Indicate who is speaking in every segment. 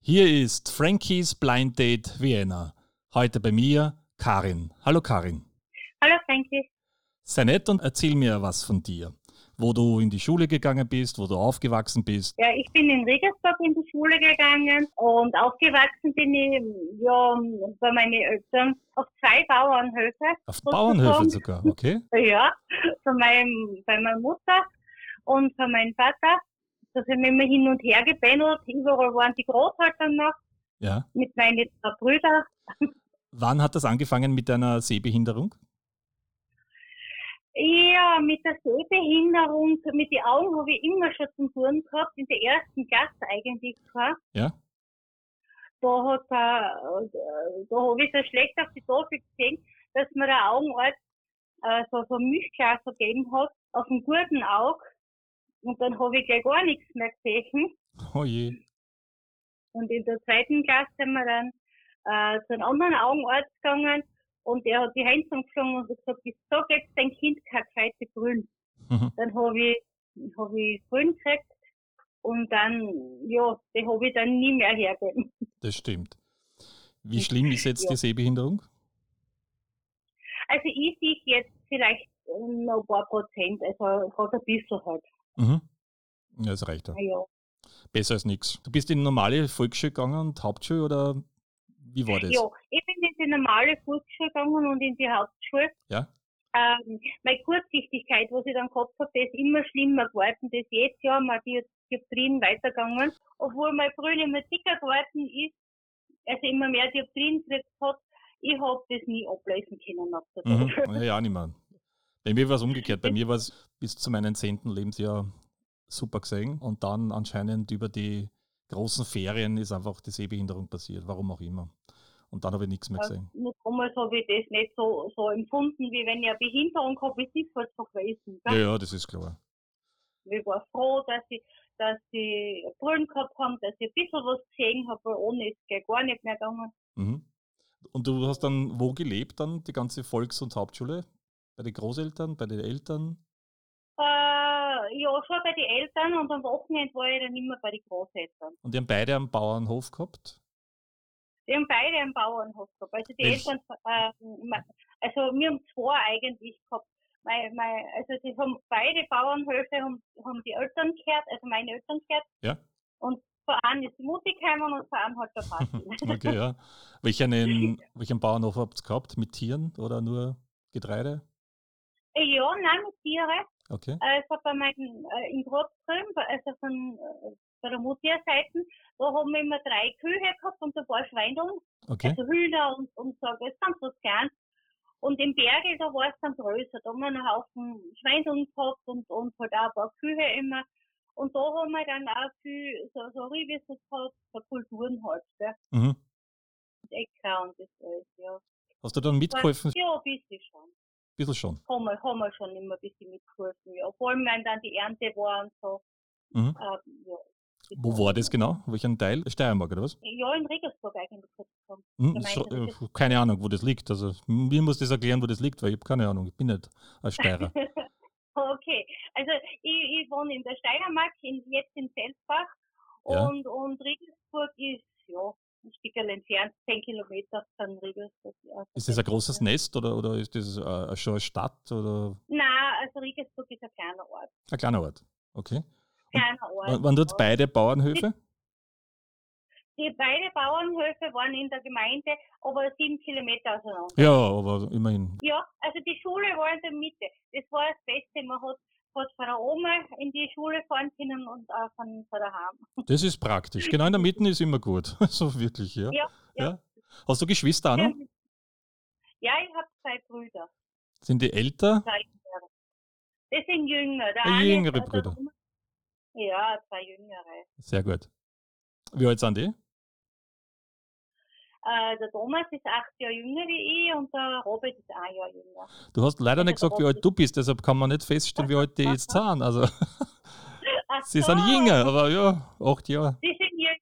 Speaker 1: Hier ist Frankies Blind Date Vienna. Heute bei mir Karin. Hallo Karin.
Speaker 2: Hallo Frankie.
Speaker 1: Sei nett und erzähl mir was von dir. Wo du in die Schule gegangen bist, wo du aufgewachsen bist.
Speaker 2: Ja, ich bin in Regensburg in die Schule gegangen und aufgewachsen bin ich ja, bei meinen Eltern auf zwei Bauernhöfe.
Speaker 1: Auf
Speaker 2: sozusagen.
Speaker 1: Bauernhöfen sogar, okay?
Speaker 2: Ja, von meinem, bei meiner Mutter und von meinem Vater. Da sind wir immer hin und her gependelt. Überall waren die Großeltern noch
Speaker 1: Ja.
Speaker 2: mit meinen zwei Brüdern.
Speaker 1: Wann hat das angefangen mit deiner Sehbehinderung?
Speaker 2: Ja, mit der Sehbehinderung, mit den Augen habe ich immer schon zum Tun gehabt, in der ersten Klasse eigentlich gehabt.
Speaker 1: Ja.
Speaker 2: da hat er, äh, da habe ich so schlecht auf die Tafel gesehen, dass mir der Augenarzt äh, so, so Milchglas gegeben hat, auf dem guten Auge. Und dann habe ich gleich gar nichts mehr gesehen.
Speaker 1: Oh je.
Speaker 2: Und in der zweiten Klasse sind wir dann äh, zu einem anderen Augenarzt gegangen und der hat die Hände zusammengeschlagen und hat gesagt, wieso gibt's dein Kind keine gescheite Brille?
Speaker 1: Mhm.
Speaker 2: Dann habe ich, hab ich Brille gekriegt und dann, ja, die habe ich dann nie mehr hergegeben.
Speaker 1: Das stimmt. Wie schlimm ist jetzt die Sehbehinderung?
Speaker 2: Also ich sehe jetzt vielleicht ähm, noch ein paar Prozent, also gerade ein bisschen halt.
Speaker 1: Mhm. Ja, das reicht ja.
Speaker 2: Ja.
Speaker 1: Besser als nichts. Du bist in normale Volksschule gegangen und Hauptschule oder wie war das?
Speaker 2: ja, ich bin in die normale Volksschule gegangen und in die Hauptschule.
Speaker 1: Ja.
Speaker 2: Ähm, meine Kurzsichtigkeit, was ich dann gehabt habe, die ist immer schlimmer geworden. Das jetzt ja mal die Dioptrien weitergegangen. Obwohl meine Brille immer dicker geworden ist, also immer mehr Dioptrien gekriegt hat, ich habe das nie ablösen können. auf der
Speaker 1: Mhm.
Speaker 2: Tafel.
Speaker 1: Ja, ja, nicht mehr. Bei mir war es umgekehrt. Bei mir war es bis zu meinem zehnten Lebensjahr super gesehen und dann anscheinend über die großen Ferien ist einfach die Sehbehinderung passiert, warum auch immer. Und dann habe ich nichts mehr
Speaker 2: Ja.
Speaker 1: gesehen.
Speaker 2: Nur damals habe ich das nicht so, so empfunden, wie wenn ich eine Behinderung habe, ist es halt so gewesen.
Speaker 1: Ja,
Speaker 2: gell?
Speaker 1: ja, das ist klar.
Speaker 2: Ich war froh, dass ich, dass ich Brillen gehabt haben, dass ich ein bisschen was gesehen habe, weil ohne ist es gar nicht mehr gegangen.
Speaker 1: Mhm. Und du hast dann wo gelebt dann, die ganze Volks- und Hauptschule? Bei den Großeltern, bei den Eltern?
Speaker 2: Äh, ja, schon bei den Eltern und am Wochenende war ich dann immer bei den Großeltern.
Speaker 1: Und die haben beide am Bauernhof gehabt?
Speaker 2: Wir haben beide einen Bauernhof gehabt. Also die
Speaker 1: Welch-
Speaker 2: Eltern, äh, ma- also wir haben zwei eigentlich gehabt. Mein, mein, also die haben beide Bauernhöfe haben, haben die Eltern gehört, also meine Eltern gehört.
Speaker 1: Ja.
Speaker 2: Und vor einem ist die Mutti gekommen und vor einem hat der Vati.
Speaker 1: Okay, ja. Welchen, welchen Bauernhof habt ihr gehabt? Mit Tieren oder nur Getreide?
Speaker 2: ja, nein, mit Tiere.
Speaker 1: Okay.
Speaker 2: Äh, ich hab bei meinen, äh, in Grotzgrün, also von, äh, bei der Mutti-Seite, da haben wir immer drei Kühe gehabt und ein paar Schweine,
Speaker 1: Okay.
Speaker 2: also Hühner und, und so, das sind so klein. Und im Berge, da war es dann größer, da haben wir einen Haufen Schweine gehabt und, und halt auch ein paar Kühe immer. Und da haben wir dann auch viel, so, so Riebisse gehabt, so Kulturen halt, gell,
Speaker 1: Mhm.
Speaker 2: Äcker und das alles, ja.
Speaker 1: Hast du dann mitgeholfen?
Speaker 2: Ja, ein bisschen schon.
Speaker 1: Ein bisschen schon.
Speaker 2: Haben wir, haben wir schon immer ein bisschen mitgeholfen, ja. Vor allem, wenn dann die Ernte war und so.
Speaker 1: Mhm.
Speaker 2: Ähm, ja.
Speaker 1: Wo war das genau? Welchen Teil? Steiermark oder was?
Speaker 2: Ja, in Regensburg eigentlich. kurz gesagt.
Speaker 1: Hm,
Speaker 2: Gemeinde,
Speaker 1: das scho- äh,
Speaker 2: das
Speaker 1: keine Ahnung, wo das liegt. Also mir muss das erklären, wo das liegt, weil ich habe keine Ahnung. Ich bin nicht ein Steirer.
Speaker 2: Okay, also ich, ich wohne in der Steiermark, in, jetzt in Selzbach
Speaker 1: Ja.
Speaker 2: und, und Regensburg ist, ja, ein Stückchen entfernt, 10 Kilometer von Regensburg. Also
Speaker 1: Ist das ein großes
Speaker 2: ja.
Speaker 1: Nest oder, oder ist das äh, schon eine Stadt oder
Speaker 2: Nein, also Regensburg ist ein kleiner Ort.
Speaker 1: ein kleiner Ort? Okay.
Speaker 2: Kleiner Ort.
Speaker 1: W- Waren dort beide Bauernhöfe?
Speaker 2: Die beide Bauernhöfe waren in der Gemeinde, aber sieben Kilometer auseinander.
Speaker 1: Ja, aber immerhin.
Speaker 2: Ja, also die Schule war in der Mitte. Das war das Beste. Man hat, hat von der Oma in die Schule fahren können und auch von, von daheim.
Speaker 1: Das ist praktisch. Genau in der Mitte ist immer gut. So wirklich, ja.
Speaker 2: Ja, ja.
Speaker 1: Hast du Geschwister, Anna?
Speaker 2: Ja, ich habe zwei Brüder.
Speaker 1: Sind die älter?
Speaker 2: Zwei Jüngere. Das sind Jünger. Der
Speaker 1: Ah,
Speaker 2: eine ist
Speaker 1: jüngere
Speaker 2: aus der
Speaker 1: Brüder.
Speaker 2: Oma- Ja, zwei Jüngere.
Speaker 1: Sehr gut. Wie alt sind die?
Speaker 2: Äh, der Thomas ist acht Jahre jünger wie ich und der Robert ist ein Jahr jünger.
Speaker 1: Du hast leider nicht gesagt, wie alt du bist, deshalb kann man nicht feststellen, wie alt die jetzt sind. Also,
Speaker 2: Ach
Speaker 1: sie sind
Speaker 2: so,
Speaker 1: jünger, aber ja, acht Jahre.
Speaker 2: Die sind jünger.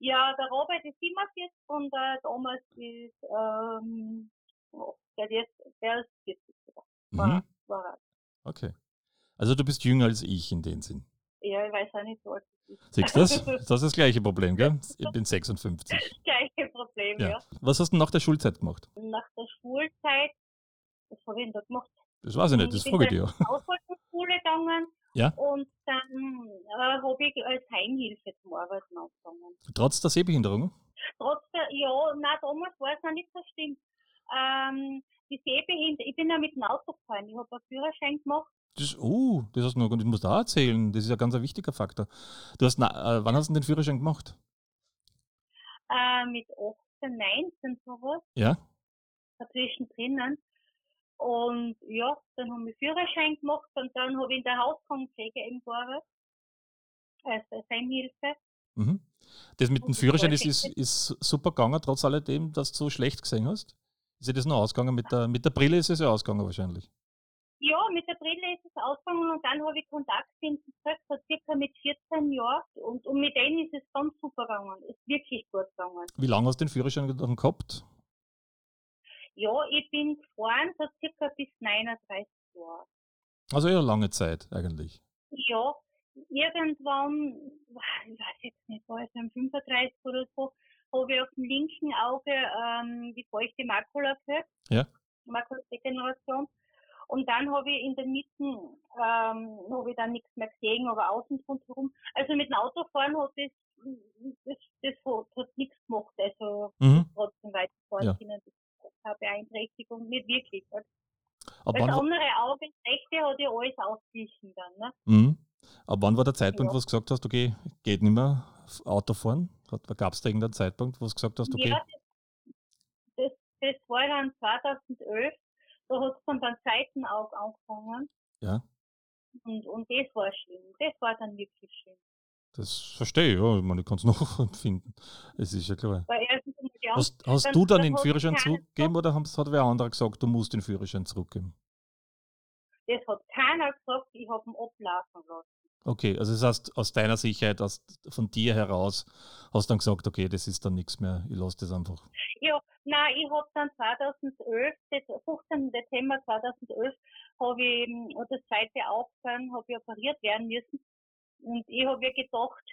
Speaker 2: Ja, der Robert ist 47 und der Thomas ist, ähm, oh, der, ist, der ist 40.
Speaker 1: Mhm.
Speaker 2: War, war, er.
Speaker 1: Okay. Also du bist jünger als ich in dem Sinn.
Speaker 2: ja, ich weiß auch nicht, was das ist.
Speaker 1: Siehst du das? Das ist das gleiche Problem, gell? Ich bin 56.
Speaker 2: Das gleiche Problem, ja.
Speaker 1: Ja. Was hast du nach der Schulzeit gemacht?
Speaker 2: Nach der Schulzeit, was habe ich denn da gemacht?
Speaker 1: Das weiß ich nicht, das
Speaker 2: Ich bin
Speaker 1: frage ich dir.
Speaker 2: zur Haushaltsschule gegangen
Speaker 1: Ja.
Speaker 2: und dann äh, habe ich als Heimhilfe zum Arbeiten angefangen.
Speaker 1: Trotz der Sehbehinderung?
Speaker 2: Trotz der, ja, nein, damals war es noch nicht so schlimm. Ähm, die Sehbehinderung, ich bin ja mit dem Auto gefahren, ich habe einen Führerschein gemacht.
Speaker 1: Das, oh, das hast du noch, das musst du auch erzählen. Das ist ja ganz ein wichtiger Faktor. Du hast, na, äh, wann hast du denn den Führerschein gemacht?
Speaker 2: äh, mit 18, 19 sowas,
Speaker 1: Ja?
Speaker 2: dazwischen drinnen. Und ja, dann habe ich Führerschein gemacht und dann habe ich in der Hauskrankenpflege eben gearbeitet, als als Heimhilfe.
Speaker 1: Mhm. Das mit dem
Speaker 2: Und das
Speaker 1: Führerschein ist,
Speaker 2: wollte
Speaker 1: ist, ist super gegangen, trotz alledem, dass du so schlecht gesehen hast. Ist ja das noch ausgegangen? Mit der, mit der Brille ist es ja ausgegangen wahrscheinlich.
Speaker 2: Ja, mit der Brille ist es ausgegangen und dann habe ich Kontakt finden gekriegt, so circa mit 14 Jahren und, und mit denen ist es ganz super gegangen, ist wirklich gut gegangen.
Speaker 1: Wie lange hast du den Führerschein dann gehabt?
Speaker 2: Ja, ich bin gefahren so circa bis 39 Jahre.
Speaker 1: Also eher lange Zeit eigentlich.
Speaker 2: Ja, irgendwann, ich weiß jetzt nicht, war es am 35 oder so, habe ich auf dem linken Auge ähm, die feuchte Makula gehabt.
Speaker 1: Ja.
Speaker 2: Makuladegeneration. Und dann habe ich in der Mitte, ähm, habe ich dann nichts mehr gesehen, aber außen rundherum. Also mit dem Autofahren hat das, das, das hat, hat nichts gemacht. Also
Speaker 1: Mhm.
Speaker 2: trotzdem weiterfahren
Speaker 1: Ja.
Speaker 2: können. Das ist keine Beeinträchtigung, nicht wirklich. Also
Speaker 1: Ab
Speaker 2: das
Speaker 1: wann, wa-
Speaker 2: andere Auge, das rechte, hat ja alles ausgeglichen dann, ne?
Speaker 1: mhm. Ab wann war der Zeitpunkt,
Speaker 2: Ja.
Speaker 1: wo du gesagt hast, okay, geht nicht mehr Autofahren? Gab es da irgendeinen Zeitpunkt, wo du gesagt hast, okay,
Speaker 2: Ja, das, das war dann 2011. Da hat es dann beim zweiten Auge angefangen.
Speaker 1: Ja.
Speaker 2: Und, und das war schlimm. Das war dann wirklich schlimm.
Speaker 1: das verstehe ich, ja, ich, meine, ich kann es noch empfinden. Es ist ja klar.
Speaker 2: Weil erstens einmal die Angst,
Speaker 1: Hast, hast
Speaker 2: dann-
Speaker 1: du dann
Speaker 2: dann
Speaker 1: den
Speaker 2: hat
Speaker 1: Führerschein
Speaker 2: keiner
Speaker 1: zurückgegeben oder haben- hat wer anderer gesagt, du musst den Führerschein zurückgeben?
Speaker 2: das hat keiner gesagt, ich habe ihn ablaufen lassen.
Speaker 1: Okay, also das heißt, aus deiner Sicherheit, aus, von dir heraus, hast du dann gesagt, okay, das ist dann nichts mehr, ich lasse das einfach.
Speaker 2: Ja, nein, ich habe dann 2011, das 15. Dezember 2011, habe ich ähm, das zweite Aufhören, habe ich operiert werden müssen. Und ich habe ja gedacht,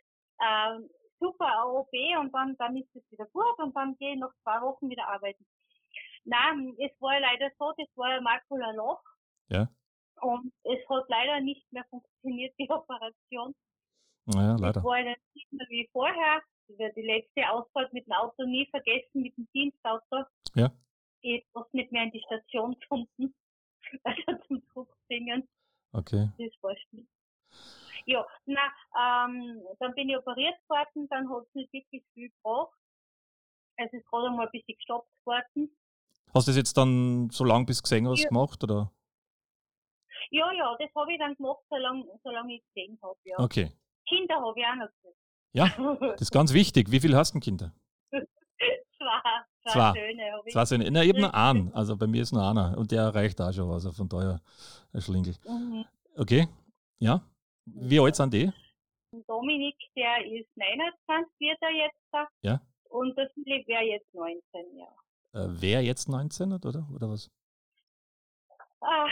Speaker 2: ähm, super AOP und dann, dann ist es wieder gut und dann gehe ich nach zwei Wochen wieder arbeiten. Nein, es war leider so, das war ein Makula-Loch.
Speaker 1: Ja.
Speaker 2: Und es hat leider nicht mehr funktioniert, die Operation.
Speaker 1: Naja,
Speaker 2: Das
Speaker 1: leider.
Speaker 2: war dann nicht mehr wie vorher. Ich werde die letzte Ausfahrt mit dem Auto nie vergessen, mit dem Dienstauto.
Speaker 1: Ja.
Speaker 2: Ich muss nicht mehr in die Station pumpen, also zum Zug bringen.
Speaker 1: Okay.
Speaker 2: Das war schlimm. Ja, na, ähm, dann bin ich operiert worden, dann hat es nicht wirklich viel gebracht. Es ist gerade mal ein bisschen gestoppt worden.
Speaker 1: Hast du das jetzt dann so lange bis gesehen hast
Speaker 2: Ja.
Speaker 1: gemacht? Oder?
Speaker 2: Ja, ja, das habe ich dann gemacht, solange, solange ich gesehen habe. Ja.
Speaker 1: Okay.
Speaker 2: Kinder habe ich auch noch gekriegt.
Speaker 1: Ja, Das ist ganz wichtig. Wie viel hast du denn Kinder?
Speaker 2: zwei, zwei,
Speaker 1: Zwei.
Speaker 2: Söhne habe ich.
Speaker 1: Zwei sind na, eben nur einen. Also bei mir ist nur einer und der erreicht auch schon was. Also von daher ein Schlingel.
Speaker 2: Mhm.
Speaker 1: Okay. Ja. Wie alt sind die?
Speaker 2: Dominik, der ist 29, wird er jetzt da.
Speaker 1: Ja.
Speaker 2: Und der Philipp wäre jetzt 19, ja.
Speaker 1: Äh, wer jetzt 19 hat, oder? Oder was?
Speaker 2: Ach,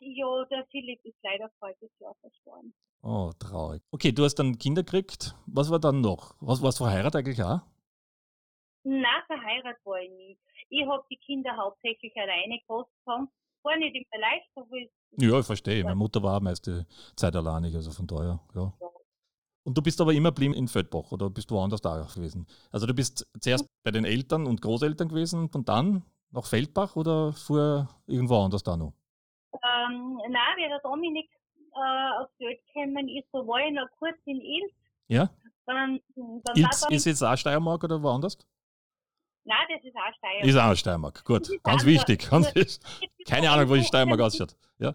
Speaker 2: ja, der Philipp ist leider voriges Jahr verstorben.
Speaker 1: Oh, traurig. Okay, du hast dann Kinder gekriegt. Was war dann noch? Was, warst du verheiratet eigentlich auch?
Speaker 2: Na, verheiratet war ich nie. Ich habe die Kinder hauptsächlich alleine großgezogen. War nicht immer leicht, aber ich,
Speaker 1: Ja, ich verstehe. Meine Mutter war meiste Zeit alleinig, also von daher, ja.
Speaker 2: Ja.
Speaker 1: Und du bist aber immer blieben in Feldbach oder bist du woanders da gewesen? Also du bist zuerst bei den Eltern und Großeltern gewesen und dann nach Feldbach oder vorher irgendwo anders da noch?
Speaker 2: ähm, na, wie der Dominik äh, auf die Welt gekommen ist, da war ich noch kurz in Ilz.
Speaker 1: Ja?
Speaker 2: Dann, dann
Speaker 1: Ilz
Speaker 2: war
Speaker 1: ist jetzt auch Steiermark oder woanders?
Speaker 2: Nein, das ist auch Steier.
Speaker 1: Ist auch Steiermark. Gut,
Speaker 2: ist
Speaker 1: ganz
Speaker 2: anders.
Speaker 1: wichtig. Ganz wichtig. Keine Ahnung, wo die
Speaker 2: ich
Speaker 1: Steiermark ausschaut.
Speaker 2: Nein,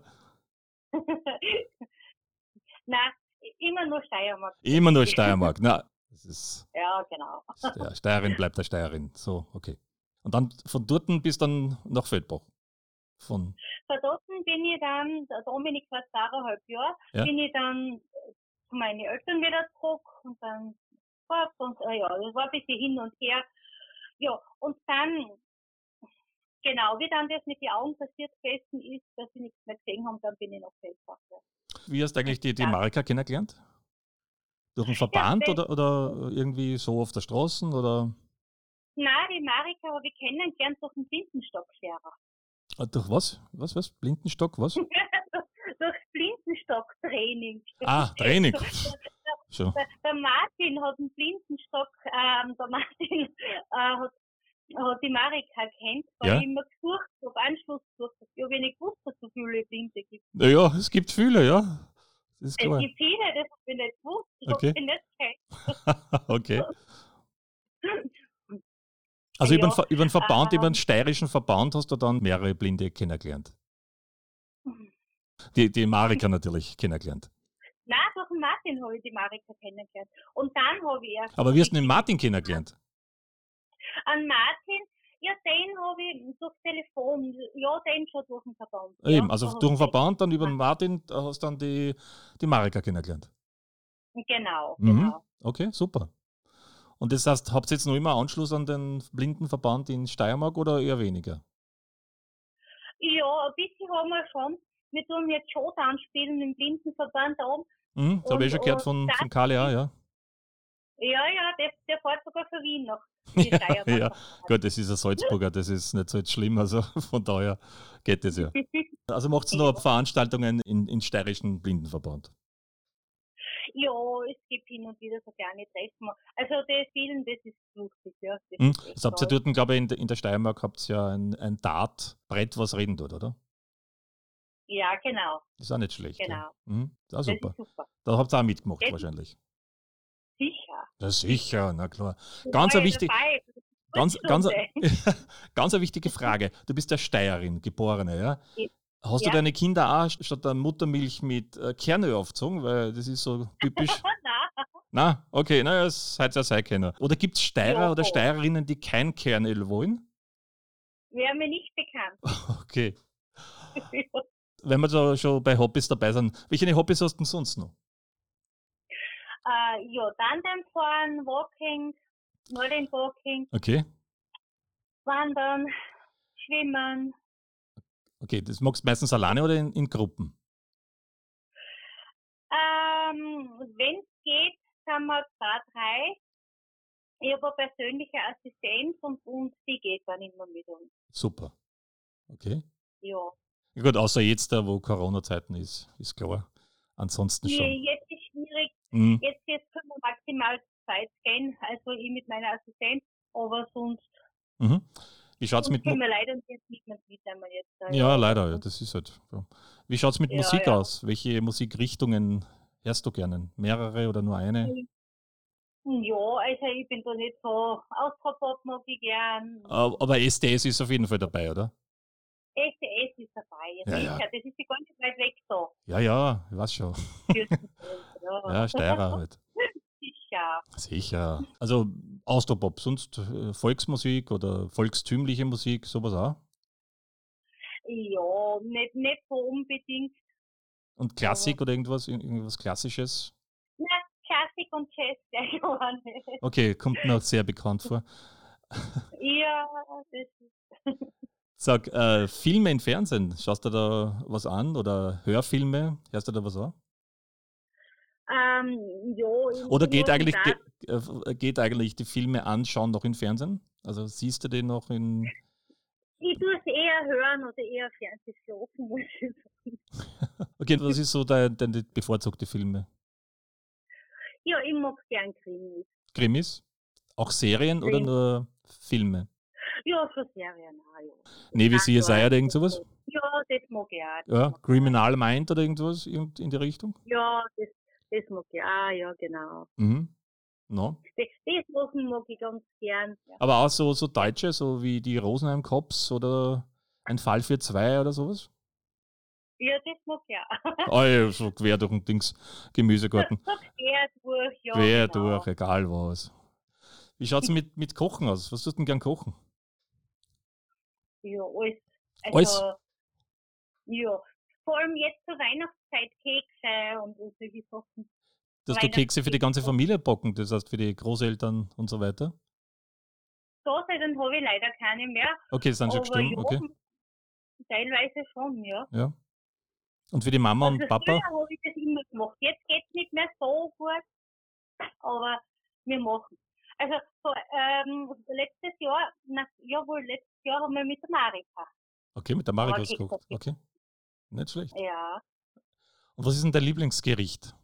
Speaker 2: immer nur Steiermark.
Speaker 1: Immer nur Steiermark. Na, das ist
Speaker 2: Ja, genau.
Speaker 1: der Steirin bleibt der Steirin. So, okay. Und dann von dort bis dann nach Feldbach. Von
Speaker 2: Von dort bin ich dann, der Dominik war zweieinhalb Jahre,
Speaker 1: Ja.
Speaker 2: bin ich dann äh, zu meinen Eltern wieder zurück und dann fort und äh, ja, das war ein bisschen hin und her. Ja, und dann, genau, wie dann das mit den Augen passiert gewesen ist, dass sie nichts mehr gesehen haben, dann bin ich noch selbst
Speaker 1: Wie hast du eigentlich die, die
Speaker 2: Ja.
Speaker 1: Marika kennengelernt? Durch einen Verband oder, oder irgendwie so auf der Straße? Oder
Speaker 2: Nein, die Marika habe ich kennengelernt durch den Blindenstockfahrer.
Speaker 1: Ah, durch was? Was, was? Blindenstock, was?
Speaker 2: durch Blindenstock-Training.
Speaker 1: Ah, Training. Schon.
Speaker 2: Der, der Martin hat einen Blindenstock, ähm, der Martin äh, hat, hat die Marika kennt, weil
Speaker 1: Ja.
Speaker 2: ich immer gesucht habe, Anschluss gesucht habe. Ich habe ja nicht gewusst, dass es so viele Blinde gibt.
Speaker 1: Naja, es gibt viele, ja. Das ist
Speaker 2: Es
Speaker 1: klar.
Speaker 2: gibt viele, das habe ich nicht gewusst. Ich
Speaker 1: Okay.
Speaker 2: habe sie nicht kennt.
Speaker 1: okay. Also über,
Speaker 2: Ja,
Speaker 1: den, Ver- über den Verband,
Speaker 2: ähm,
Speaker 1: über den steirischen Verband hast du dann mehrere Blinde kennengelernt.
Speaker 2: Mhm.
Speaker 1: Die, die Marika natürlich kennengelernt.
Speaker 2: Nein, durch den Martin habe ich die Marika kennengelernt. Und dann habe ich erst
Speaker 1: Aber wie hast du den Martin kennengelernt?
Speaker 2: an Martin, ja, den habe ich durch Telefon, ja, den schon durch den Verband.
Speaker 1: Eben,
Speaker 2: ja,
Speaker 1: also
Speaker 2: da
Speaker 1: durch den
Speaker 2: hab ich-
Speaker 1: Verband, dann über den Martin da hast du dann die, die Marika kennengelernt.
Speaker 2: Genau,
Speaker 1: Mhm.
Speaker 2: genau.
Speaker 1: Okay, super. Und das heißt, habt ihr jetzt noch immer Anschluss an den Blindenverband in Steiermark oder eher weniger?
Speaker 2: Ja, ein bisschen haben wir schon. Wir tun jetzt Showdown spielen im Blindenverband da oben.
Speaker 1: Mhm, das habe ich
Speaker 2: Und-
Speaker 1: schon gehört
Speaker 2: und
Speaker 1: von,
Speaker 2: das
Speaker 1: von KLA, ja.
Speaker 2: Ja, ja, der, der fährt sogar für Wien nach.
Speaker 1: Ja, ja. Gut, das ist ein Salzburger, das ist nicht so jetzt schlimm, also von daher geht das ja. Also macht ihr noch Veranstaltungen in, in steirischen Blindenverband.
Speaker 2: ja, es gibt hin und wieder so kleine Treffen. Also das Spielen, das ist lustig, ja. Das
Speaker 1: Hm?
Speaker 2: ist echt
Speaker 1: Das habt ihr
Speaker 2: toll.
Speaker 1: dort, glaube ich, in, der- in der Steiermark habt ihr ja ein, ein Dartbrett, was reden dort, oder?
Speaker 2: Ja, genau,
Speaker 1: Ist auch nicht schlecht. Ja.
Speaker 2: genau.
Speaker 1: Mhm, ist auch
Speaker 2: Das
Speaker 1: super.
Speaker 2: ist super.
Speaker 1: Da habt ihr auch mitgemacht
Speaker 2: Das-
Speaker 1: wahrscheinlich.
Speaker 2: Sicher.
Speaker 1: Ja, sicher, na klar.
Speaker 2: Da
Speaker 1: Ganz
Speaker 2: war
Speaker 1: ein
Speaker 2: ich
Speaker 1: wichtig-
Speaker 2: dabei.
Speaker 1: Ganz, ganz,
Speaker 2: Stunde.
Speaker 1: ganz eine wichtige Frage. Du bist ja Steirin, Geborene, ja?
Speaker 2: Ja.
Speaker 1: Hast du
Speaker 2: Ja.
Speaker 1: deine Kinder auch statt der Muttermilch mit äh, Kerne aufgezogen? Weil das ist so typisch.
Speaker 2: Nein,
Speaker 1: Na, okay, naja, seid ja Seikenner. Oder gibt es Steirer
Speaker 2: Ja.
Speaker 1: oder Steirerinnen, die kein Kernöl wollen?
Speaker 2: wäre mir nicht bekannt.
Speaker 1: Okay. Wenn wir da schon bei Hobbys dabei sind, welche Hobbys hast du denn sonst noch?
Speaker 2: äh, ja, Tandemfahren, Walking, Modern Walking,
Speaker 1: Okay.
Speaker 2: Wandern, Schwimmen.
Speaker 1: Okay, das magst du meistens alleine oder in, in Gruppen?
Speaker 2: Ähm, Wenn es geht, sind wir zwei, drei. Ich habe eine persönliche Assistenz und, und die geht dann immer mit uns.
Speaker 1: Super. Okay.
Speaker 2: Ja.
Speaker 1: Ja gut, außer jetzt, da wo Corona-Zeiten ist, ist klar. Ansonsten schon.
Speaker 2: Je- Jetzt ist schwierig,
Speaker 1: Mhm.
Speaker 2: jetzt, jetzt können wir maximal zwei gehen, also ich mit meiner Assistenz, aber sonst
Speaker 1: Mhm. Wie schaut's mit
Speaker 2: können
Speaker 1: Musik
Speaker 2: wir leider jetzt nicht mehr mit, wenn wir jetzt da
Speaker 1: Ja, leider, ja, das ist halt. so. Wie schaut's mit
Speaker 2: Ja,
Speaker 1: Musik
Speaker 2: ja.
Speaker 1: aus? Welche Musikrichtungen hörst du gerne? Mehrere oder nur eine?
Speaker 2: Ja, also ich bin da nicht so Austropop mag ich gern.
Speaker 1: Ab- Aber SDS ist auf jeden Fall dabei, oder?
Speaker 2: SDS ist dabei, ja,
Speaker 1: Ja, ja.
Speaker 2: sicher. Das ist ja gar nicht weit weg da.
Speaker 1: Ja, ja, ich weiß schon. Ja, Steirer halt.
Speaker 2: sicher.
Speaker 1: Sicher. Also Austropop, sonst äh, Volksmusik oder volkstümliche Musik, sowas auch.
Speaker 2: Ja, nicht, nicht so unbedingt.
Speaker 1: Und Klassik oder irgendwas, ir- irgendwas Klassisches.
Speaker 2: Na, Klassik und Jazz, ja, gar nicht.
Speaker 1: Okay, kommt mir auch sehr bekannt vor.
Speaker 2: Ja, das ist,
Speaker 1: Sag, äh, Filme im Fernsehen, schaust du da was an oder Hörfilme, hörst du da was an?
Speaker 2: ähm, ja. ich
Speaker 1: Oder
Speaker 2: muss
Speaker 1: geht eigentlich,
Speaker 2: sagen,
Speaker 1: ge, äh, geht eigentlich die Filme anschauen noch im Fernsehen? Also siehst du den noch in.
Speaker 2: Ich tue es eher hören oder eher Fernsehflocken, muss ich sagen.
Speaker 1: Okay, was ist so dein, deine bevorzugte Filme?
Speaker 2: Ja, ich mag gern Krimis.
Speaker 1: Krimis? Auch Serien oder
Speaker 2: Krimis.
Speaker 1: nur Filme?
Speaker 2: Ja, so Serien, auch, ja.
Speaker 1: Navy
Speaker 2: Aktuell.
Speaker 1: CSI oder irgend sowas?
Speaker 2: Ja, das mag ich auch. das
Speaker 1: Ja,
Speaker 2: mag ich
Speaker 1: Criminal Mind oder irgendwas in, in die Richtung?
Speaker 2: auch. Ja, das, das mag ich auch, ja, genau.
Speaker 1: Mhm. No.
Speaker 2: Das, das machen mag ich ganz gern. Ja.
Speaker 1: Aber auch so, so Deutsche, so wie die Rosenheim Cops oder ein Fall für zwei oder sowas?
Speaker 2: ja, das mag ich auch.
Speaker 1: Ah, ja, so quer durch den Dings Gemüsegarten.
Speaker 2: Quer durch, ja.
Speaker 1: quer
Speaker 2: genau.
Speaker 1: durch, egal was. Wie schaut's mit, mit Kochen aus? Was tust du denn gern kochen?
Speaker 2: Ja, alles. Also,
Speaker 1: Alles?
Speaker 2: Ja. Vor allem jetzt zur Weihnachtszeit Kekse und all solche Sachen.
Speaker 1: Dass du Kekse für die ganze Familie backen, das heißt für die Großeltern und so weiter.
Speaker 2: So, dann habe ich leider keine mehr.
Speaker 1: Okay, das sind schon
Speaker 2: aber
Speaker 1: gestorben,
Speaker 2: ja,
Speaker 1: okay.
Speaker 2: teilweise schon, ja.
Speaker 1: Ja. Und für die Mama und
Speaker 2: Also
Speaker 1: Papa?
Speaker 2: Früher habe ich das immer gemacht. Jetzt geht's nicht mehr so gut. aber wir machen. Also so, ähm, letztes Jahr, na, jawohl, letztes Jahr haben wir mit der Marika.
Speaker 1: Okay, mit der Marika
Speaker 2: Aber
Speaker 1: hast du
Speaker 2: geht's
Speaker 1: geguckt. Okay. Nicht schlecht.
Speaker 2: Ja,
Speaker 1: Und was ist denn dein Lieblingsgericht?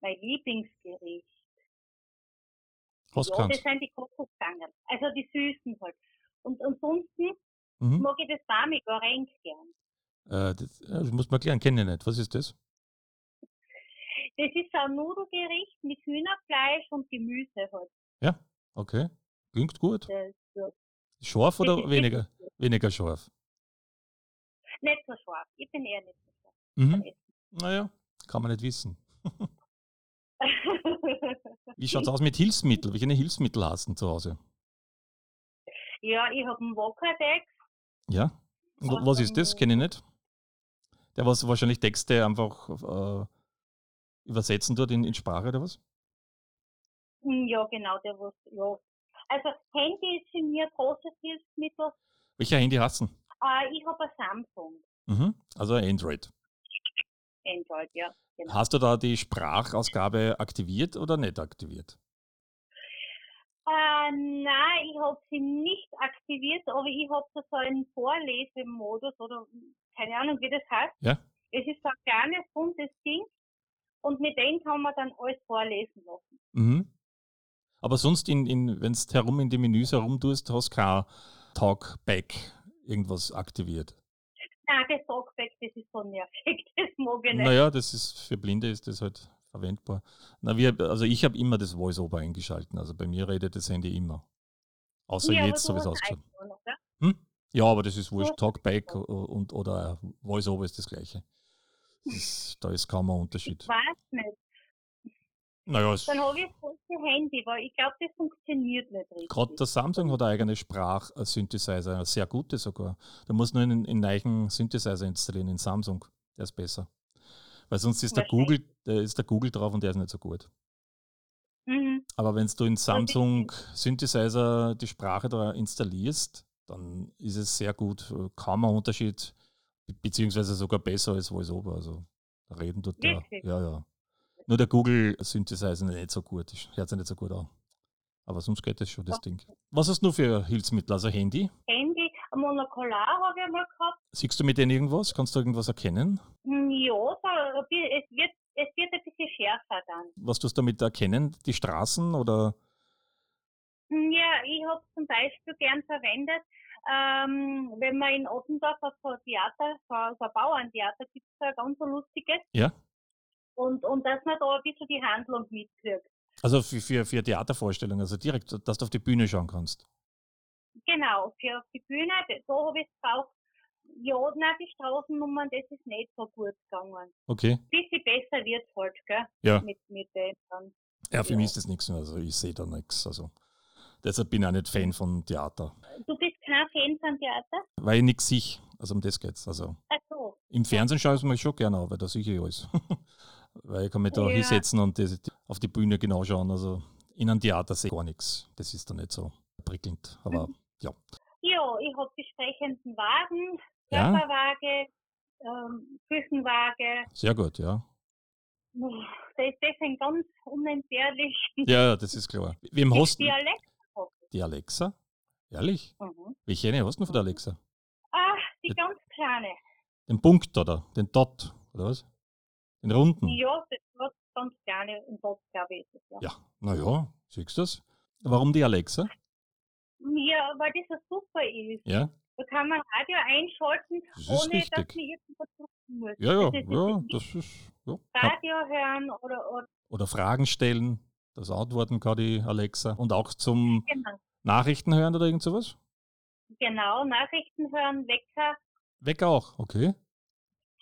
Speaker 2: mein Lieblingsgericht.
Speaker 1: Hast du
Speaker 2: Ja,
Speaker 1: keins?
Speaker 2: das sind die Kokosstangen. Also die Süßen halt. Und ansonsten
Speaker 1: Mhm.
Speaker 2: mag ich das warme Orange gern.
Speaker 1: Äh, das, ja, das muss man klären, kenne ich nicht. Was ist das?
Speaker 2: Das ist so ein Nudelgericht mit Hühnerfleisch und Gemüse halt.
Speaker 1: Okay. Klingt gut.
Speaker 2: Das, das.
Speaker 1: Scharf
Speaker 2: Das
Speaker 1: oder
Speaker 2: ist
Speaker 1: weniger? Weniger scharf.
Speaker 2: Nicht so scharf. Ich bin eher nicht so scharf.
Speaker 1: Mhm. Naja, kann man nicht wissen. Wie schaut's aus mit Hilfsmitteln? Welche Hilfsmittel hast du denn zu Hause?
Speaker 2: ja, ich habe einen Wokadek.
Speaker 1: Ja. Und wa- was ist das? Kenne ich nicht. Der was wahrscheinlich Texte einfach äh, übersetzen dort in, in Sprache oder was?
Speaker 2: Ja, genau, der was, ja. Also Handy ist für mich ein großes Hilfsmittel.
Speaker 1: Welcher Handy hast du? denn?
Speaker 2: Äh, ich habe ein Samsung
Speaker 1: Mhm. Also ein Android.
Speaker 2: Android, ja. Genau.
Speaker 1: Hast du da die Sprachausgabe aktiviert oder nicht aktiviert?
Speaker 2: Äh, nein, ich habe sie nicht aktiviert, aber ich habe da so einen Vorlesemodus oder keine Ahnung, wie das heißt.
Speaker 1: Ja.
Speaker 2: Es ist so ein kleines, buntes Ding und mit dem kann man dann alles vorlesen lassen.
Speaker 1: Mhm. Aber sonst, in, in, wenn du herum in die Menüs herumtust, hast du kein Talkback irgendwas aktiviert.
Speaker 2: Nein, das Talkback, das ist so nervig, das mag ich nicht.
Speaker 1: Naja, das ist für Blinde ist das halt verwendbar. Na, wir, also ich habe immer das Voice-Over eingeschalten. Also bei mir redet das Handy immer. Außer
Speaker 2: Ja, aber
Speaker 1: jetzt
Speaker 2: du
Speaker 1: habe ich es
Speaker 2: hast
Speaker 1: ausgeschaltet.
Speaker 2: iPhone, oder?
Speaker 1: Ja, aber das ist wurscht.
Speaker 2: Du
Speaker 1: Talkback o- und, oder Voice-Over ist das gleiche. Das ist, da ist kaum ein Unterschied.
Speaker 2: Ich weiß nicht.
Speaker 1: Naja, es,
Speaker 2: Dann habe ich das falsche Handy, weil ich glaube, das funktioniert nicht richtig.
Speaker 1: Gerade der Samsung hat eine eigene Sprach-Synthesizer, eine sehr gute sogar. Da muss nur einen, einen neuen Synthesizer installieren in Samsung. Der ist besser. Weil sonst ist der
Speaker 2: Wahrscheinlich.
Speaker 1: Google, da ist der Google drauf und der ist nicht so gut.
Speaker 2: Mhm.
Speaker 1: Aber wenn du in
Speaker 2: stimmt.
Speaker 1: Samsung Synthesizer die Sprache da installierst, dann ist es sehr gut. Kaum ein Unterschied, be- beziehungsweise sogar besser als VoiceOver. Also da reden tut der.
Speaker 2: Wirklich?
Speaker 1: Ja, ja. Nur der Google Synthesizer nicht so gut. Das Hört sich nicht so gut an. Aber sonst geht das schon, das Ding. Was hast du nur für Hilfsmittel? Also Handy?
Speaker 2: Handy, ein Monokular habe ich mal gehabt.
Speaker 1: Siehst du mit denen irgendwas? Kannst du irgendwas erkennen?
Speaker 2: Hm, Ja, da, ein bi- es wird, es wird ein bisschen schärfer dann.
Speaker 1: Was tust du damit erkennen? Die Straßen oder?
Speaker 2: Hm, Ja, ich habe zum Beispiel gern verwendet, ähm, wenn man in Ottendorf auf so ein Theater, so, so ein Bauerntheater, gibt es ein ganz so lustiges.
Speaker 1: Ja.
Speaker 2: Und, und dass man da ein bisschen die Handlung mitkriegt.
Speaker 1: Also für, für, für Theatervorstellungen, also direkt, dass du auf die Bühne schauen kannst.
Speaker 2: Genau, für auf die Bühne, da- da habe ich es auch. Ja, nein, die Straßennummern, das ist nicht so gut gegangen.
Speaker 1: Okay.
Speaker 2: Bisschen besser wird halt, gell?
Speaker 1: Ja.
Speaker 2: Mit, mit den dann.
Speaker 1: Ja, für
Speaker 2: Ja.
Speaker 1: mich ist das nichts mehr. Also ich sehe da nichts. Also deshalb bin ich auch nicht Fan von Theater.
Speaker 2: Du bist kein Fan von Theater?
Speaker 1: Weil ich nichts sehe. Also um das geht's. Also
Speaker 2: Ach so.
Speaker 1: im Fernsehen schaue ich es mir schon gerne an, weil da sehe ich eh alles. weil ich kann mich da
Speaker 2: Ja.
Speaker 1: hinsetzen und das, auf die Bühne genau schauen. Also in einem Theater sehe ich gar nichts. Das ist da nicht so prickelnd. Aber
Speaker 2: Mhm. Ja, ich hab die sprechenden Wagen,
Speaker 1: Ja.
Speaker 2: Körperwaage, ähm, Küchenwaage.
Speaker 1: sehr gut, ja.
Speaker 2: Puh, Das ist deswegen ganz unentbehrlich.
Speaker 1: Ja, ja, das ist klar. Wem
Speaker 2: Die
Speaker 1: hast du
Speaker 2: Dialekt.
Speaker 1: die Alexa? Ehrlich?
Speaker 2: Mhm.
Speaker 1: Welche eine hast du denn von der Alexa?
Speaker 2: Ah, die
Speaker 1: Ja.
Speaker 2: ganz kleine.
Speaker 1: Den Punkt oder? Den Dot oder was? Den runden?
Speaker 2: Ja, das war ganz kleine und das glaube ich ist es, ja.
Speaker 1: Hm. Ja, naja, siehst du das? Warum die Alexa?
Speaker 2: Ja, weil das so super ist.
Speaker 1: Ja,
Speaker 2: Da kann man Radio einschalten,
Speaker 1: Das ist
Speaker 2: ohne
Speaker 1: richtig.
Speaker 2: dass man irgendwas suchen muss.
Speaker 1: ja, ja,
Speaker 2: Das ist
Speaker 1: ja
Speaker 2: richtig.
Speaker 1: das ist. Ja. Kann,
Speaker 2: Radio hören oder, oder
Speaker 1: oder Fragen stellen, das antworten kann die Alexa. Und auch zum
Speaker 2: genau,
Speaker 1: Nachrichten hören oder irgend sowas?
Speaker 2: genau, Nachrichten hören, Wecker,
Speaker 1: Wecker auch, okay.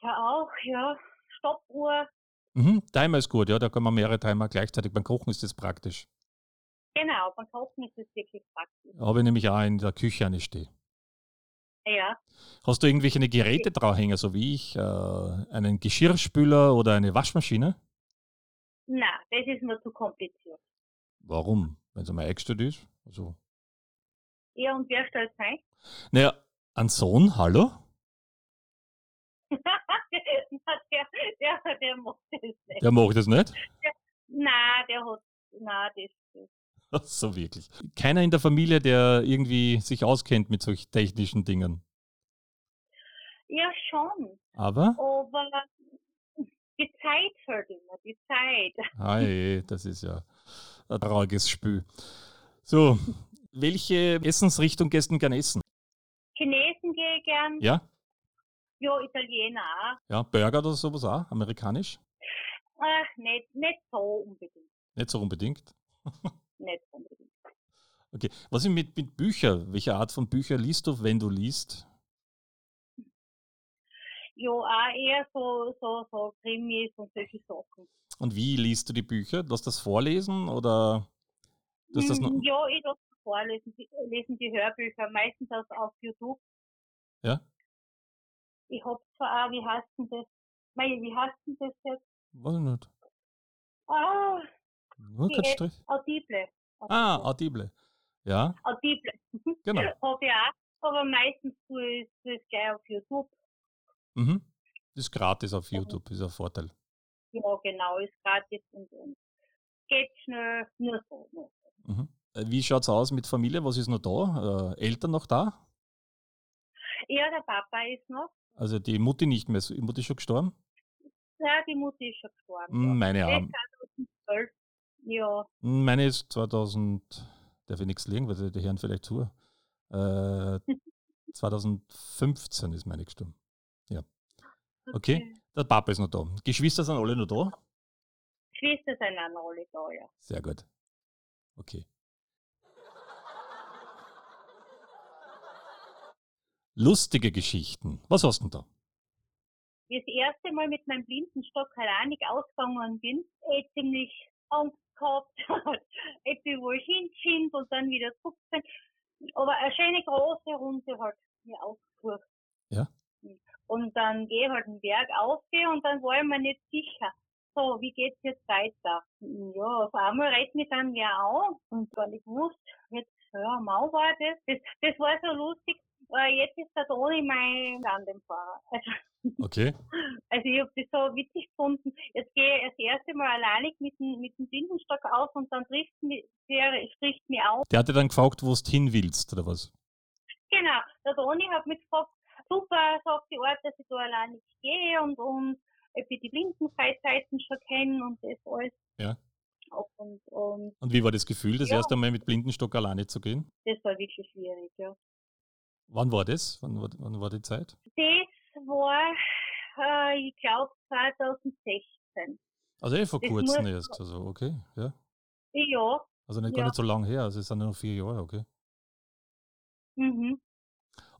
Speaker 2: ja auch, ja, Stoppuhr,
Speaker 1: Mhm, Timer ist gut, ja, da kann man mehrere Timer gleichzeitig. Beim Kochen ist das praktisch.
Speaker 2: Genau, beim Kochen ist es wirklich praktisch.
Speaker 1: Da habe ich nämlich auch in der Küche eine stehe.
Speaker 2: Ja,
Speaker 1: Hast du irgendwelche Geräte draufhängen, so wie ich? Äh, einen Geschirrspüler oder eine Waschmaschine?
Speaker 2: na, das ist mir zu kompliziert.
Speaker 1: Warum? Wenn es einmal eingestellt ist? Also.
Speaker 2: Ja, und wer stellt ein?
Speaker 1: Naja, ein Sohn, hallo?
Speaker 2: Na, der, der, der macht das nicht. Äh.
Speaker 1: Der macht das nicht?
Speaker 2: Nein, der hat, nein, das, das.
Speaker 1: So wirklich. Keiner in der Familie, der irgendwie sich auskennt mit solch technischen Dingen.
Speaker 2: Ja, schon.
Speaker 1: Aber,
Speaker 2: Aber die Zeit halt immer, die Zeit.
Speaker 1: ei, das ist ja ein trauriges Spül. So, welche Essensrichtung gestern gern essen?
Speaker 2: Chinesen gehe ich gern, ja,
Speaker 1: Ja?
Speaker 2: Italiener auch.
Speaker 1: Ja, Burger oder sowas auch? Amerikanisch?
Speaker 2: Ach, nicht, nicht so unbedingt.
Speaker 1: Nicht so unbedingt.
Speaker 2: Nicht so unbedingt.
Speaker 1: Okay. Was ist mit, mit Büchern? Welche Art von Bücher liest du, wenn du liest?
Speaker 2: Ja, auch eher so, so, so Krimis und solche Sachen.
Speaker 1: Und wie liest du die Bücher? Lass das vorlesen oder dass das
Speaker 2: Mm,
Speaker 1: noch,
Speaker 2: ja, ich lasse vorlesen, die, lesen die Hörbücher, meistens aus, auf YouTube.
Speaker 1: Ja.
Speaker 2: Ich hab zwar auch, wie heißt denn das? Mei, wie heißt denn das jetzt?
Speaker 1: weiß ich nicht.
Speaker 2: Ah,
Speaker 1: Nur
Speaker 2: Die
Speaker 1: kein
Speaker 2: App.
Speaker 1: Strich.
Speaker 2: Audible.
Speaker 1: Ah,
Speaker 2: Audible.
Speaker 1: Audible. Ja,
Speaker 2: Audible.
Speaker 1: genau.
Speaker 2: Hab ich auch, aber meistens tue ich tue ich es gleich auf YouTube.
Speaker 1: Mhm. Ist gratis auf YouTube, ist ein Vorteil.
Speaker 2: Ja, genau, ist gratis und, und geht schnell, nur so. Nur. so.
Speaker 1: Mhm. Äh, Wie schaut es aus mit Familie? Was ist noch da? Äh, Eltern noch da?
Speaker 2: Ja, der Papa ist noch,
Speaker 1: Also die Mutti nicht mehr. Die Mutti ist schon gestorben?
Speaker 2: ja, die Mutti ist schon gestorben.
Speaker 1: Hm, Meine
Speaker 2: Ja.
Speaker 1: Arme.
Speaker 2: Die ist 2012. Ja,
Speaker 1: Meine ist 2000, darf ich nichts legen, weil die- die hören vielleicht zu. Äh, 2015 ist meine gestorben. Okay. Der Papa ist noch da. Geschwister sind alle noch da?
Speaker 2: Geschwister sind auch noch alle da, ja.
Speaker 1: Sehr gut. Okay. Lustige Geschichten. Was hast du denn da?
Speaker 2: Wie ich das erste Mal mit meinem Blindenstock alleinig ausgegangen bin, eh ziemlich Angst gehabt, ich bin wohl hinschimmt und dann wieder zurück bin. Aber eine schöne große Runde halt mir ausgesucht.
Speaker 1: Ja.
Speaker 2: Und dann gehe ich halt den Berg auf und dann war ich mir nicht sicher. So, wie geht's jetzt weiter? Ja, auf einmal rät mich dann wer an und gar nicht gewusst, jetzt, ja, mau war das. das. Das war so lustig. Äh, jetzt ist der Toni mein Landenfahrer. Also,
Speaker 1: Okay.
Speaker 2: also ich habe das so witzig gefunden. Jetzt gehe ich das erste Mal alleinig mit dem, mit dem Blindenstock auf und dann trifft mich, der spricht mich auf.
Speaker 1: Der hat dir dann gefragt, wo du hin willst, oder was?
Speaker 2: Genau, der Toni hat mich gefragt, super, sagt die Art, dass ich da alleinig gehe und, und ob ich die Blindenfreizeiten schon kenne und das alles.
Speaker 1: Ja.
Speaker 2: Und, und
Speaker 1: Und wie war das Gefühl, das
Speaker 2: Ja.
Speaker 1: erste Mal mit Blindenstock alleine zu gehen?
Speaker 2: das war wirklich schwierig, ja.
Speaker 1: Wann war das? Wann war, wann war die Zeit?
Speaker 2: Das war, äh, ich glaube, 2016.
Speaker 1: Also eh vor
Speaker 2: Das
Speaker 1: kurzem
Speaker 2: muss-
Speaker 1: erst. Also okay, ja.
Speaker 2: Ja,
Speaker 1: Also nicht, gar
Speaker 2: Ja.
Speaker 1: nicht so lang her. Also es sind ja noch vier Jahre, okay.
Speaker 2: mhm.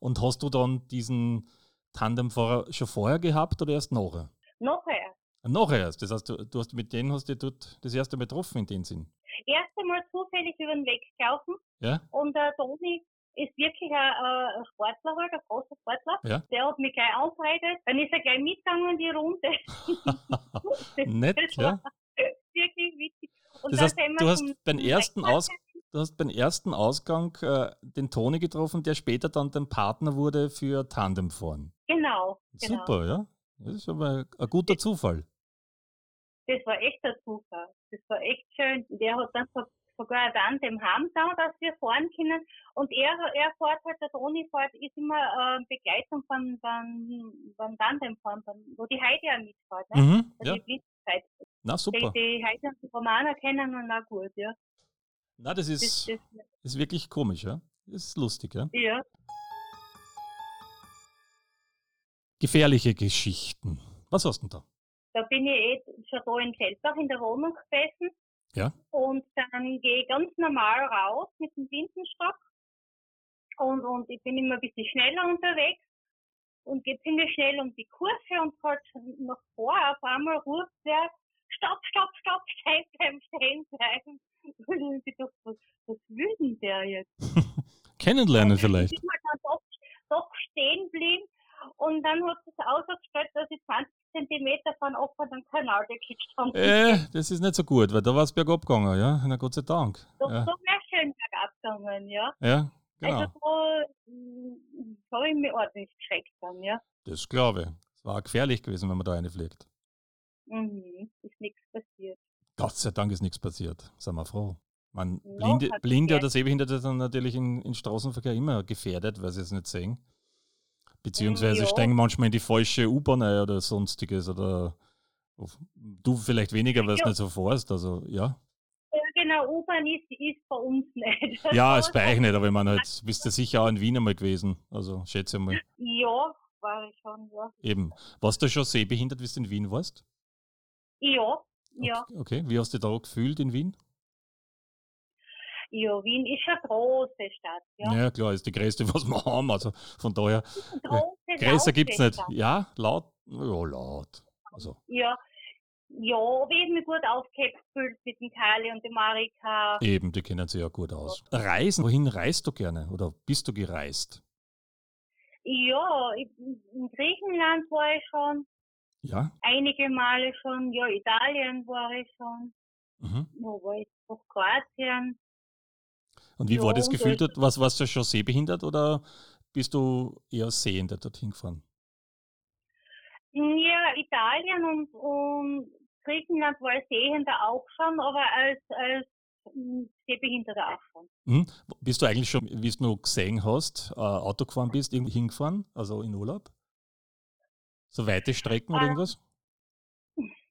Speaker 1: Und hast du dann diesen Tandemfahrer schon vorher gehabt oder erst nachher?
Speaker 2: Nachher.
Speaker 1: Noch erst. Das heißt, du, du hast mit denen hast du dort das erste Mal getroffen in dem Sinn.
Speaker 2: erst einmal zufällig über den Weg gelaufen
Speaker 1: Ja?
Speaker 2: und äh, der Toni ist wirklich ein, äh, ein Sportler halt, ein großer Sportler.
Speaker 1: Ja.
Speaker 2: Der hat mich gleich angeredet, dann ist er gleich mitgegangen in die Runde.
Speaker 1: Nett,
Speaker 2: das war
Speaker 1: ja.
Speaker 2: wirklich witzig. Und
Speaker 1: Das
Speaker 2: dann
Speaker 1: heißt,
Speaker 2: sind wir
Speaker 1: du hast
Speaker 2: zum-
Speaker 1: beim
Speaker 2: zum
Speaker 1: ersten
Speaker 2: Wegfahren-
Speaker 1: Aus du hast beim ersten Ausgang äh, den Toni getroffen, der später dann dein Partner wurde für Tandemfahren.
Speaker 2: Genau, genau.
Speaker 1: Super, ja. Das ist aber ein guter Zufall.
Speaker 2: Das war echt ein Zufall. Das war echt schön. Der hat dann so- sogar dann dem Hamdau, dass wir fahren können. Und er, er fährt halt, der Toni fährt, ist immer äh, Begleitung von, von, von Tandemfahren, von, wo die Heidi auch mitfährt. Ne?
Speaker 1: Mhm,
Speaker 2: Also
Speaker 1: ja.
Speaker 2: die Blitzzeit.
Speaker 1: Na
Speaker 2: Die,
Speaker 1: super.
Speaker 2: die Heidi und die Romana kennen und auch gut, ja.
Speaker 1: Na, das
Speaker 2: Das,
Speaker 1: ist,
Speaker 2: das,
Speaker 1: ist wirklich komisch, ja. Das ist lustig, ja.
Speaker 2: ja.
Speaker 1: Gefährliche Geschichten. Was hast du denn da?
Speaker 2: Da bin ich eh schon da in Feldbach in der Wohnung gesessen.
Speaker 1: Ja.
Speaker 2: Und dann gehe ich ganz normal raus mit dem Blindenstock. Und, und ich bin immer ein bisschen schneller unterwegs und gehe ziemlich schnell um die Kurve und halt nach vor. Auf einmal ruft wer, stopp, stopp, stopp, stehen bleiben, stehen bleiben. Und ich dachte, was, was will denn der jetzt?
Speaker 1: Kennenlernen vielleicht.
Speaker 2: Ich bin halt dann doch, doch stehen geblieben und dann hat es ausgestellt, dass ich 20 Zentimeter von offenen Kanal gekitscht habe.
Speaker 1: Äh, das ist nicht so gut, weil da war es bergab gegangen, ja. Na Gott sei Dank.
Speaker 2: Doch
Speaker 1: Ja,
Speaker 2: so wäre schön bergab gegangen, ja.
Speaker 1: ja genau.
Speaker 2: Also so habe ich mich ordentlich geschreckt dann, ja.
Speaker 1: Das glaube ich. Es war auch gefährlich gewesen, wenn man da reinfliegt.
Speaker 2: Mhm, ist nichts passiert.
Speaker 1: Gott sei Dank ist nichts passiert. Sind wir froh. Man,
Speaker 2: Ja,
Speaker 1: Blinde,
Speaker 2: hat
Speaker 1: Blinde
Speaker 2: sich-
Speaker 1: oder Sehbehinderte sind natürlich im, im Straßenverkehr immer gefährdet, weil sie es nicht sehen. Beziehungsweise
Speaker 2: Ja.
Speaker 1: steigen manchmal in die falsche U-Bahn ein oder sonstiges. Oder auf- du vielleicht weniger, weil es
Speaker 2: Ja.
Speaker 1: nicht so fährst. Also ja.
Speaker 2: Ja, genau, U-Bahn ist, ist bei uns nicht.
Speaker 1: Ja, es bei euch nicht, aber ich meine, halt, bist du sicher auch in Wien einmal gewesen. Also schätze ich mal.
Speaker 2: Ja, war ich schon, ja.
Speaker 1: Eben. Warst du schon sehbehindert, wie du in Wien warst?
Speaker 2: Ja, ja.
Speaker 1: Okay, okay. Wie hast du dich da gefühlt in Wien?
Speaker 2: Ja, Wien ist eine große Stadt, ja.
Speaker 1: Naja, klar, ist die größte, was wir haben. Also von daher,
Speaker 2: Große,
Speaker 1: größer
Speaker 2: laute
Speaker 1: gibt es nicht.
Speaker 2: Stadt.
Speaker 1: Ja, laut. Ja, laut. Also,
Speaker 2: Ja. Ja, aber ich hab mich gut aufgehebt gefühlt mit dem Kali und dem Marika.
Speaker 1: eben, die kennen sich ja gut aus. Reisen, wohin reist du gerne? Oder bist du gereist?
Speaker 2: Ja, ich, in Griechenland war ich schon,
Speaker 1: Ja.
Speaker 2: einige Male schon, ja, Italien war ich schon,
Speaker 1: Mhm.
Speaker 2: wo war ich? Auf Kroatien.
Speaker 1: Und wie
Speaker 2: Ja,
Speaker 1: war das
Speaker 2: und
Speaker 1: Gefühl dort? Was, warst du schon sehbehindert oder bist du eher sehender dorthin gefahren?
Speaker 2: Ja, Italien und, und Griechenland war ich Sehender auch schon, aber als, als mm, Sehbehinderter auch schon.
Speaker 1: Mhm. Bist du eigentlich schon, wie du noch gesehen hast, äh, Auto gefahren bist, irgendwie hingefahren? Also in Urlaub? So weite Strecken oder
Speaker 2: Ah.
Speaker 1: irgendwas?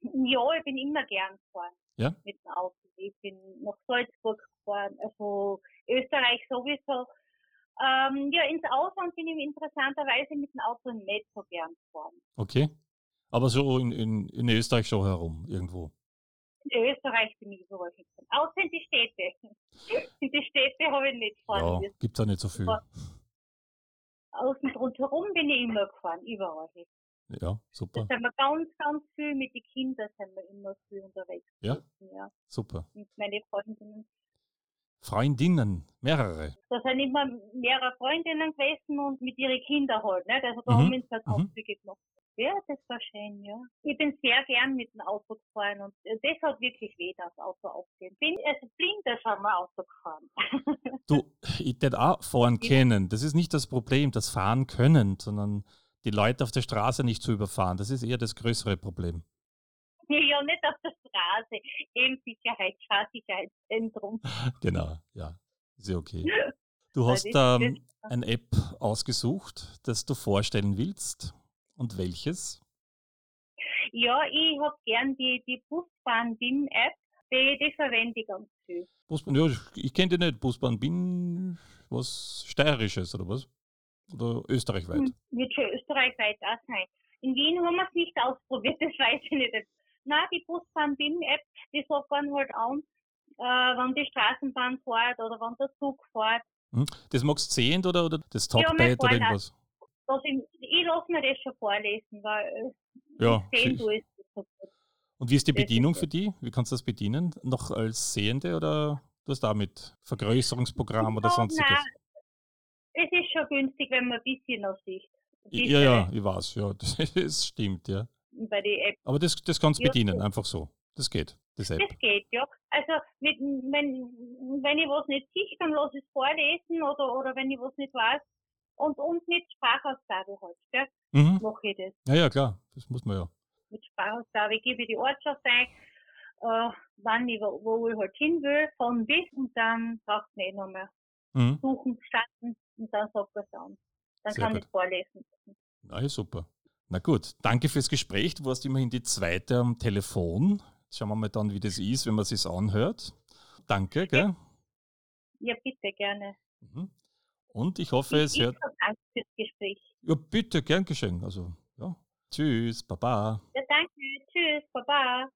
Speaker 2: Ja, ich bin immer gern gefahren.
Speaker 1: Ja?
Speaker 2: Mit dem Auto. Ich bin nach Salzburg gefahren, also Österreich sowieso. Ähm, ja, ins Ausland bin ich interessanterweise mit dem Auto nicht so gern gefahren.
Speaker 1: Okay. Aber so in, in, in Österreich schon herum, irgendwo.
Speaker 2: In Österreich bin ich überall hingefahren. Außer in die Städte. In die Städte habe ich nicht
Speaker 1: Ja,
Speaker 2: gefahren. müssen.
Speaker 1: gibt es auch nicht so viel.
Speaker 2: Ja. Außen rundherum bin ich immer gefahren, überall hin.
Speaker 1: Ja,
Speaker 2: Da
Speaker 1: super,
Speaker 2: sind wir ganz, ganz viel mit den Kindern, sind wir immer viel unterwegs.
Speaker 1: Ja?
Speaker 2: gewesen, ja.
Speaker 1: super.
Speaker 2: Mit meinen Freundinnen
Speaker 1: Freundinnen, mehrere.
Speaker 2: da sind immer mehrere Freundinnen gewesen und mit ihren Kindern halt, ne? Also da
Speaker 1: Mhm.
Speaker 2: haben wir uns halt
Speaker 1: Mhm.
Speaker 2: Ausflüge gemacht. Ja, das war schön, ja. Ich bin sehr gern mit dem Auto gefahren und äh, das hat wirklich weh, das Auto aufgehen. Bin, also blinder sind wir Auto gefahren.
Speaker 1: Du, ich tät auch fahren können. Das ist nicht das Problem, das Fahren können, sondern die Leute auf der Straße nicht zu überfahren. Das ist eher das größere Problem.
Speaker 2: ja, nicht auf der Straße. Eben Sicherheit, Fahrsicherheitszentrum.
Speaker 1: Genau, ja. Ist ja okay. Du
Speaker 2: Weil
Speaker 1: hast
Speaker 2: das-
Speaker 1: ähm, eine App ausgesucht, das du vorstellen willst. Und welches?
Speaker 2: Ja, ich hab gern die, die Busbahn-BIN-App. Die, die verwende ich ganz viel.
Speaker 1: Busbahn, ja, ich- ich kenne die nicht. Busbahn bin was Steirisches oder was? Oder österreichweit.
Speaker 2: Hm, Wird schon österreichweit auch sein. In Wien haben wir es nicht ausprobiert, das weiß ich nicht. Nein, die Busbahn-BIM-App, die sagt man halt an, äh, wenn die Straßenbahn fährt oder wenn der Zug fährt.
Speaker 1: Hm? Das magst du sehen oder, oder das
Speaker 2: Ja,
Speaker 1: Talkbad
Speaker 2: mein
Speaker 1: oder
Speaker 2: Vorname.
Speaker 1: irgendwas?
Speaker 2: Das ich ich lasse mir das schon vorlesen, weil äh,
Speaker 1: Ja,
Speaker 2: sehen
Speaker 1: sicher.
Speaker 2: du es nicht so gut.
Speaker 1: Und wie ist die
Speaker 2: Das ist
Speaker 1: Bedienung
Speaker 2: so.
Speaker 1: für die? Wie kannst du das bedienen? Noch als Sehende oder du hast da mit Vergrößerungsprogramm oder
Speaker 2: Ja,
Speaker 1: sonstiges?
Speaker 2: nein, Es ist schon günstig, wenn man ein bisschen noch sieht. Ein
Speaker 1: Ja, ja,
Speaker 2: bisschen
Speaker 1: ich weiß, ja, das stimmt, ja.
Speaker 2: Bei die App.
Speaker 1: Aber das, das kannst du
Speaker 2: Ja,
Speaker 1: bedienen, einfach so. Das geht, das App.
Speaker 2: Das geht, ja. Also mit, wenn, wenn ich was nicht sehe, dann lasse ich es vorlesen oder, oder wenn ich was nicht weiß. Und, und mit Sprachausgabe halt, gell?
Speaker 1: Mhm.
Speaker 2: Mache ich das.
Speaker 1: Ja, ja, klar, das muss man ja.
Speaker 2: Mit Sprachausgabe gebe ich die Ortschaft ein, äh, wann ich wo, wo ich halt hin will, von bis und dann braucht man eh noch mehr
Speaker 1: Mhm.
Speaker 2: suchen, starten und dann sagt man es an. Dann
Speaker 1: Sehr
Speaker 2: kann
Speaker 1: gut.
Speaker 2: ich vorlesen.
Speaker 1: Na ja, super. Na gut, danke fürs Gespräch. Du warst immerhin die zweite am Telefon. Jetzt Schauen wir mal dann, wie das ist, wenn man es anhört. Danke, gell?
Speaker 2: Ja, bitte, gerne.
Speaker 1: Mhm. Und ich hoffe, es
Speaker 2: ich
Speaker 1: hört.
Speaker 2: hab Angst fürs Gespräch.
Speaker 1: Ja, bitte, gern geschehen. Also, ja. Tschüss, Baba.
Speaker 2: Ja, danke. Tschüss, Baba.